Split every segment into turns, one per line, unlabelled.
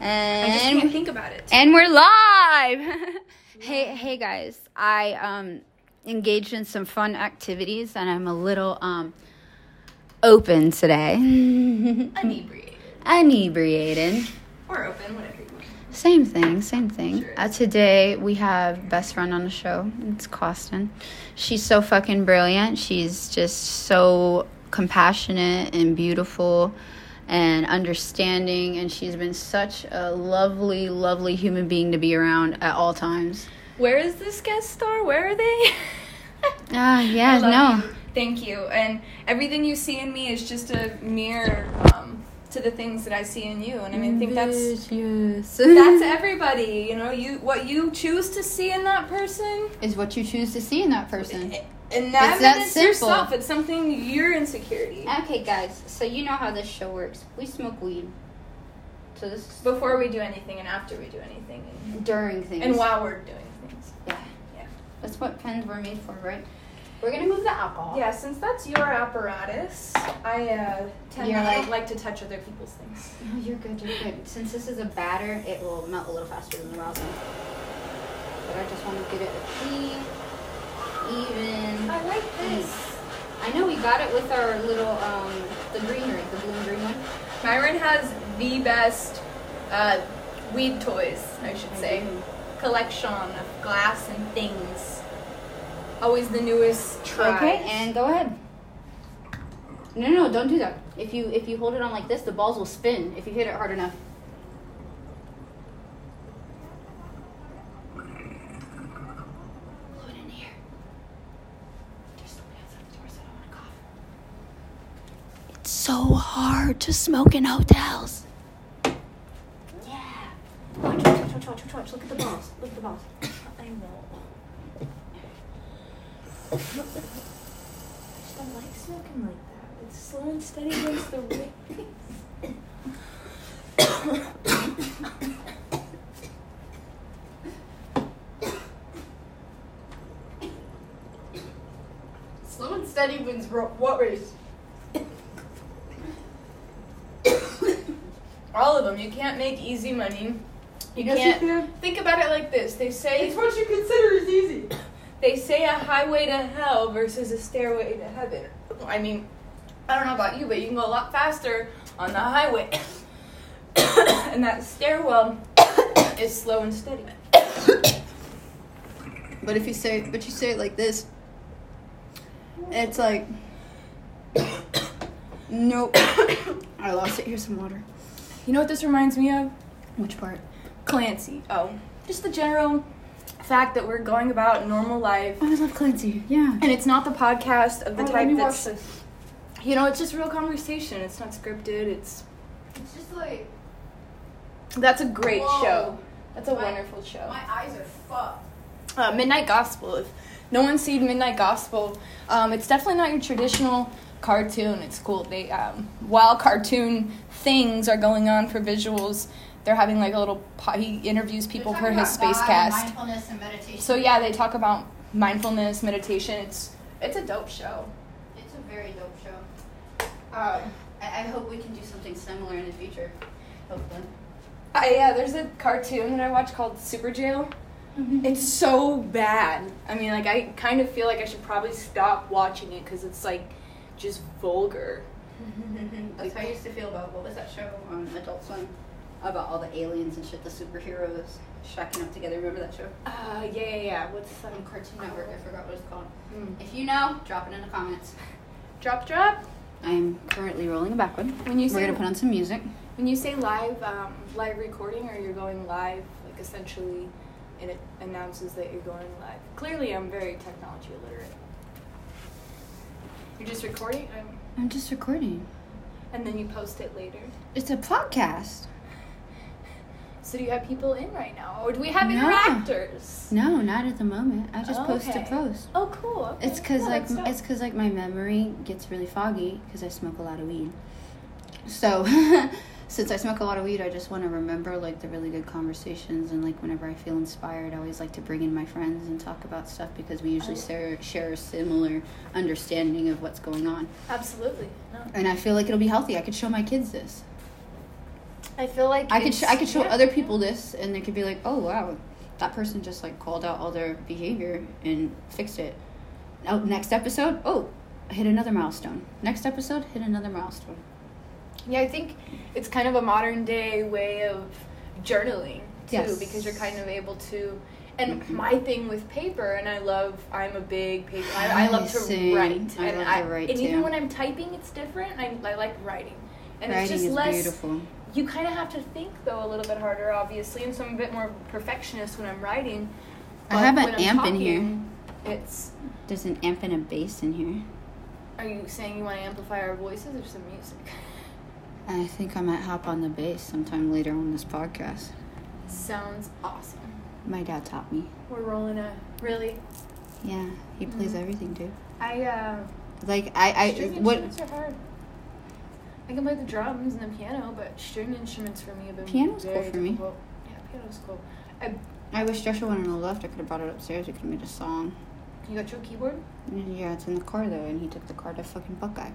And
I just can't think about it.
And we're live. hey, hey guys. I um engaged in some fun activities and I'm a little um open today.
Inebriated
Inebriated.
or open, whatever you want.
Same thing, same thing.
Sure.
Uh, today we have best friend on the show. It's Costin. She's so fucking brilliant. She's just so compassionate and beautiful and understanding and she's been such a lovely lovely human being to be around at all times.
Where is this guest star? Where are they?
Ah, yeah,
I love
no.
you. Thank you. And everything you see in me is just a mirror um, to the things that I see in you. And I mean, I think that's that's everybody. You know, you what you choose to see in that person, e-,
is what you choose to see in that person.
and that
It's that
is
simple.
yourself. It's something your insecurity.
Okay, guys. So you know how this show works. We smoke weed. So this is
Before we do anything, and after we do anything, and,
during things.
and while we're doing things.
Yeah.
Yeah.
That's what pens were made for, right? We're gonna move the alcohol.
Yeah, since that's your apparatus, I uh, tend
You're
not
like-
to like to touch other people's things.
No, Oh, you're good, you're good. Since this is a batter, it will melt a little faster than the rosin. But I just wanna get it a clean, even.
I like this.
I know we got it with our little, um, the green ring, the blue and green one.
Myron has the best uh, weed toys, I should say, collection of glass and things. Always the newest try.
Okay, and go ahead. No, no, no, don't do that. If you if you hold it on like this, the balls will spin if you hit it hard enough. Blow it in here. There's somebody outside the door, so I don't wanna cough. It's so hard to smoke in hotels. Yeah. Watch, watch, watch, watch, watch, watch. Look at the balls. Look at the balls.
I know. I don't like smoking like that. It's slow and steady wins the race.
Slow and steady wins ro- what race?
All of them. You can't make easy money. You
Yes, you
can't.
can.
Think about it like this. They say
what you consider is easy.
they say a highway to hell versus a stairway to heaven. I mean, I don't know about you, but you can go a lot faster on the highway, and that stairwell is slow and steady.
But if you say, but you say it like this, it's like, nope. I lost it. Here's some water.
You know what this reminds me of?
Which part?
Clancy. Oh, just the general fact that we're going about normal life,
I love Clancy. Yeah.
and it's not the podcast
Oh,
of the type that's
this.
you know, it's just real conversation. It's not scripted. It's
It's just like
that's a great
Whoa.
show. That's a
My-
wonderful show.
my eyes are fucked.
uh, Midnight Gospel. If no one's seen Midnight Gospel, um, it's definitely not your traditional cartoon. It's cool. They um, while cartoon things are going on for visuals, they're having like a little. Po- he interviews people for his space cast.
Mindfulness and meditation.
So yeah, they talk about mindfulness, meditation. It's it's a dope show.
it's a very dope show. Um, I, I hope we can do something similar in the future. Hopefully.
I, Uh, yeah, there's a cartoon that I watch called Super Jail. It's so bad. I mean, like, I kind of feel like I should probably stop watching it because it's, like, just vulgar.
That's how I used to feel about what was that show on Adult Swim about all the aliens and shit, the superheroes shacking up together. Remember that show?
Uh, yeah, yeah, yeah. What's some
On Cartoon Network. I forgot what it's called.
Hmm.
If you know, drop it in the comments.
Drop, drop.
I am currently rolling a backward.
When you
We're
say
gonna put on some music.
when you say live, um, live recording, or you're going live, like essentially, it announces that you're going live. Clearly, I'm very technology illiterate. You're just recording, um,
I'm just recording.
and then you post it later.
It's a podcast.
So do you have people in right now, or do we have
No.
interactors?
No, not at the moment. I just post to
Okay.
post.
Oh, cool. okay.
It's cause
Yeah,
like
that's dope.
it's cause like my memory gets really foggy because I smoke a lot of weed. So since I smoke a lot of weed, I just want to remember like the really good conversations and like whenever I feel inspired, I always like to bring in my friends and talk about stuff because we usually share, share a similar understanding of what's going on.
absolutely. No.
And I feel like it'll be healthy. I could show my kids this.
I feel like
I could sh-
it's-
I could show
yeah,
other
yeah.
people this, and they could be like, "Oh wow, that person just like called out all their behavior and fixed it." Oh, next episode, oh, hit another milestone. Next episode, hit another milestone.
Yeah, I think it's kind of a modern day way of journaling too,
Yes. Mm-hmm.
because you're kind of able to. And my thing with paper, and I love, I'm a big paper. I, I love to
Same.
write,
I
and
love to write,
and
too.
even when I'm typing, it's different. I, I like writing, and
Writing
it's just
is
less.
beautiful.
You kind of have to think though a little bit harder, obviously, and so I'm a bit more perfectionist when I'm writing.
I
but
have an
when I'm
amp in here.
talking, It's.
There's an amp and a bass in here.
Are you saying you want to amplify our voices or some music?
I think I might hop on the bass sometime later on this podcast.
Sounds awesome.
My dad taught me.
We're rolling a really.
Yeah, he plays everything, dude.
I uh.
Like I, I
string
what
instruments are hard. I can play the drums and the piano, but string instruments for me have been
Piano's cool
very
for me.
difficult. Yeah, piano's cool. I,
I wish Joshua went on the left. I could have brought it upstairs. We could have made a song.
you got your keyboard?
Yeah, it's in the car though, and he took the car to fucking Buckeye.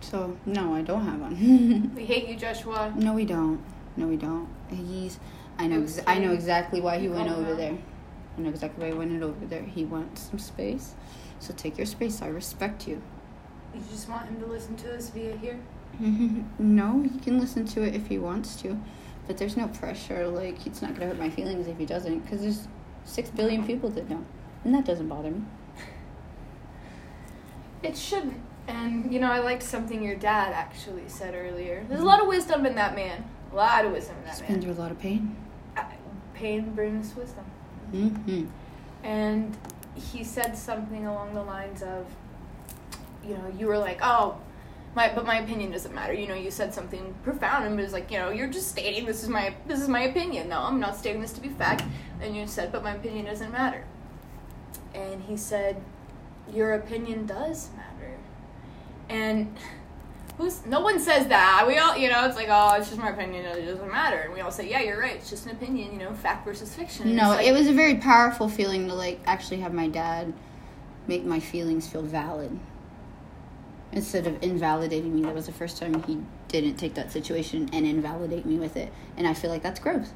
So no, I don't have one.
We hate you, Joshua.
no, we don't. No, we don't. He's. I know. Ex- I know exactly why he went over there. I know exactly why he went it over there. He wants some space. So take your space. I respect you.
You just want him to listen to this via here?
no, he can listen to it if he wants to, but there's no pressure. Like it's not gonna hurt my feelings if he doesn't, because there's six billion people that know, and that doesn't bother me.
It shouldn't. And, you know, I liked something your dad actually said earlier. There's a lot of wisdom in that man. A lot of wisdom in
He's
that
been
man.
through a lot of pain.
I- Pain brings wisdom.
Mm-hmm.
and he said something along the lines of you know you were like oh my but my opinion doesn't matter you know you said something profound and it was like you know you're just stating this is my this is my opinion no i'm not stating this to be fact and you said but my opinion doesn't matter and he said your opinion does matter and who's no one says that we all you know it's like oh it's just my opinion it doesn't matter and we all say yeah you're right it's just an opinion you know fact versus fiction And
No,
it's like-
it was a very powerful feeling to like actually have my dad make my feelings feel valid instead of invalidating me. That was the first time he didn't take that situation and invalidate me with it, and I feel like that's gross.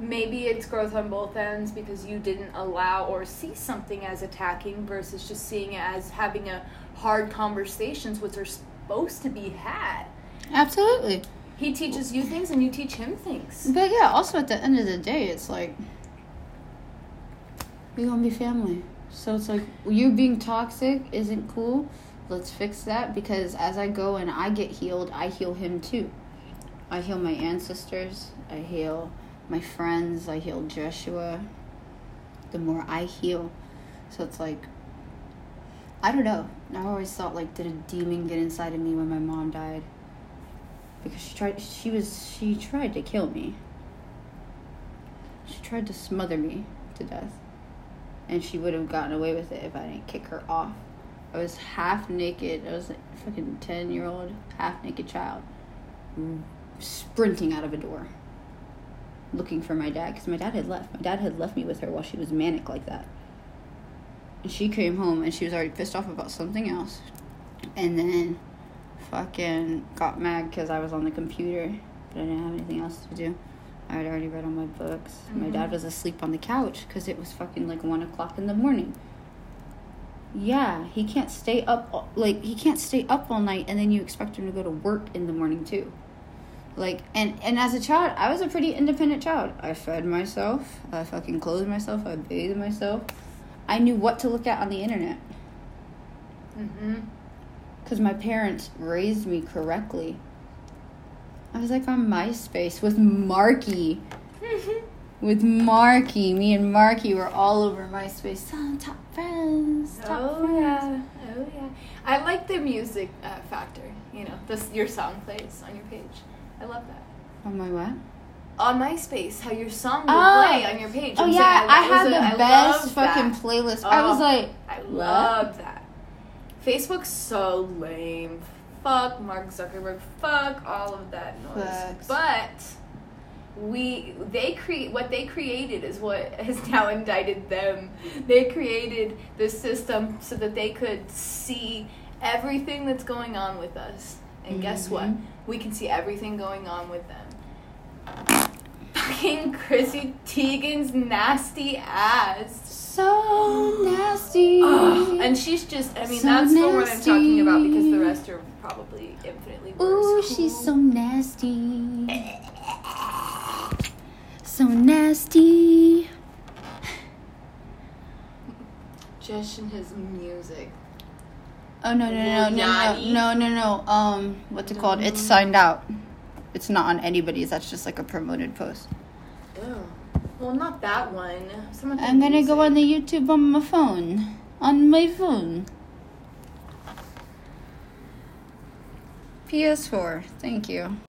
maybe it's growth on both ends because you didn't allow or see something as attacking versus just seeing it as having a hard conversations which are supposed to be had
Absolutely.
he teaches you things and you teach him things
But yeah, also at the end of the day, it's like we gonna be family. So it's like you being toxic isn't cool. Let's fix that because as I go and I get healed, I heal him too. I heal my ancestors. I heal my friends. I heal Joshua. The more I heal, so it's like I don't know. I've always thought like, did a demon get inside of me when my mom died? because she tried she was she tried to kill me she tried to smother me to death and she would have gotten away with it if i didn't kick her off i was half naked i was like a fucking 10 year old half naked child sprinting out of a door looking for my dad because my dad had left my dad had left me with her while she was manic like that and she came home and she was already pissed off about something else and then fucking got mad because I was on the computer, but I didn't have anything else to do. I had already read all my books. My dad was asleep on the couch because it was fucking like one o'clock in the morning. Yeah, he can't stay up all- like he can't stay up all night, and then you expect him to go to work in the morning too. Like and and as a child, I was a pretty independent child. I fed myself. I fucking clothed myself. I bathed myself. I knew what to look at on the internet
mm-hmm.
because my parents raised me correctly. I was like on MySpace with Marky.
Mm-hmm.
with Marky. Me and Marky were all over MySpace. Oh, top friends. Top
oh
friends.
yeah oh yeah i like the music uh, factor you know this your song plays on your page i love that
On my what?
on MySpace, how your song would
Oh.
play on your page.
Oh,
I'm
yeah.
saying
I
that was
had
a-
the
I
best
loved
fucking
that.
playlist. I was
Oh.
like,
I
What?
love that. Facebook's so lame. Fuck Mark Zuckerberg. Fuck all of that noise.
Facts.
But we they create what they created is what has now indicted them. They created this system so that they could see everything that's going on with us. And guess what?
Mm-hmm.
We can see everything going on with them. Fucking Chrissy Teigen's nasty ass.
So nasty.
Ugh, Oh. and she's just, I mean,
So
that's not what I'm talking about because the
nasty.
rest are probably infinitely worse.
Ooh, she's so nasty. So nasty.
Just in his music.
Oh no no no no
Illuminati.
no no no no. Um, what's it called? It's signed out. It's not on anybody's. That's just like a promoted post.
Ew. Well, not that one. Some of the
I'm gonna go
music.
on the YouTube on my phone. On my phone. PS4. Thank you.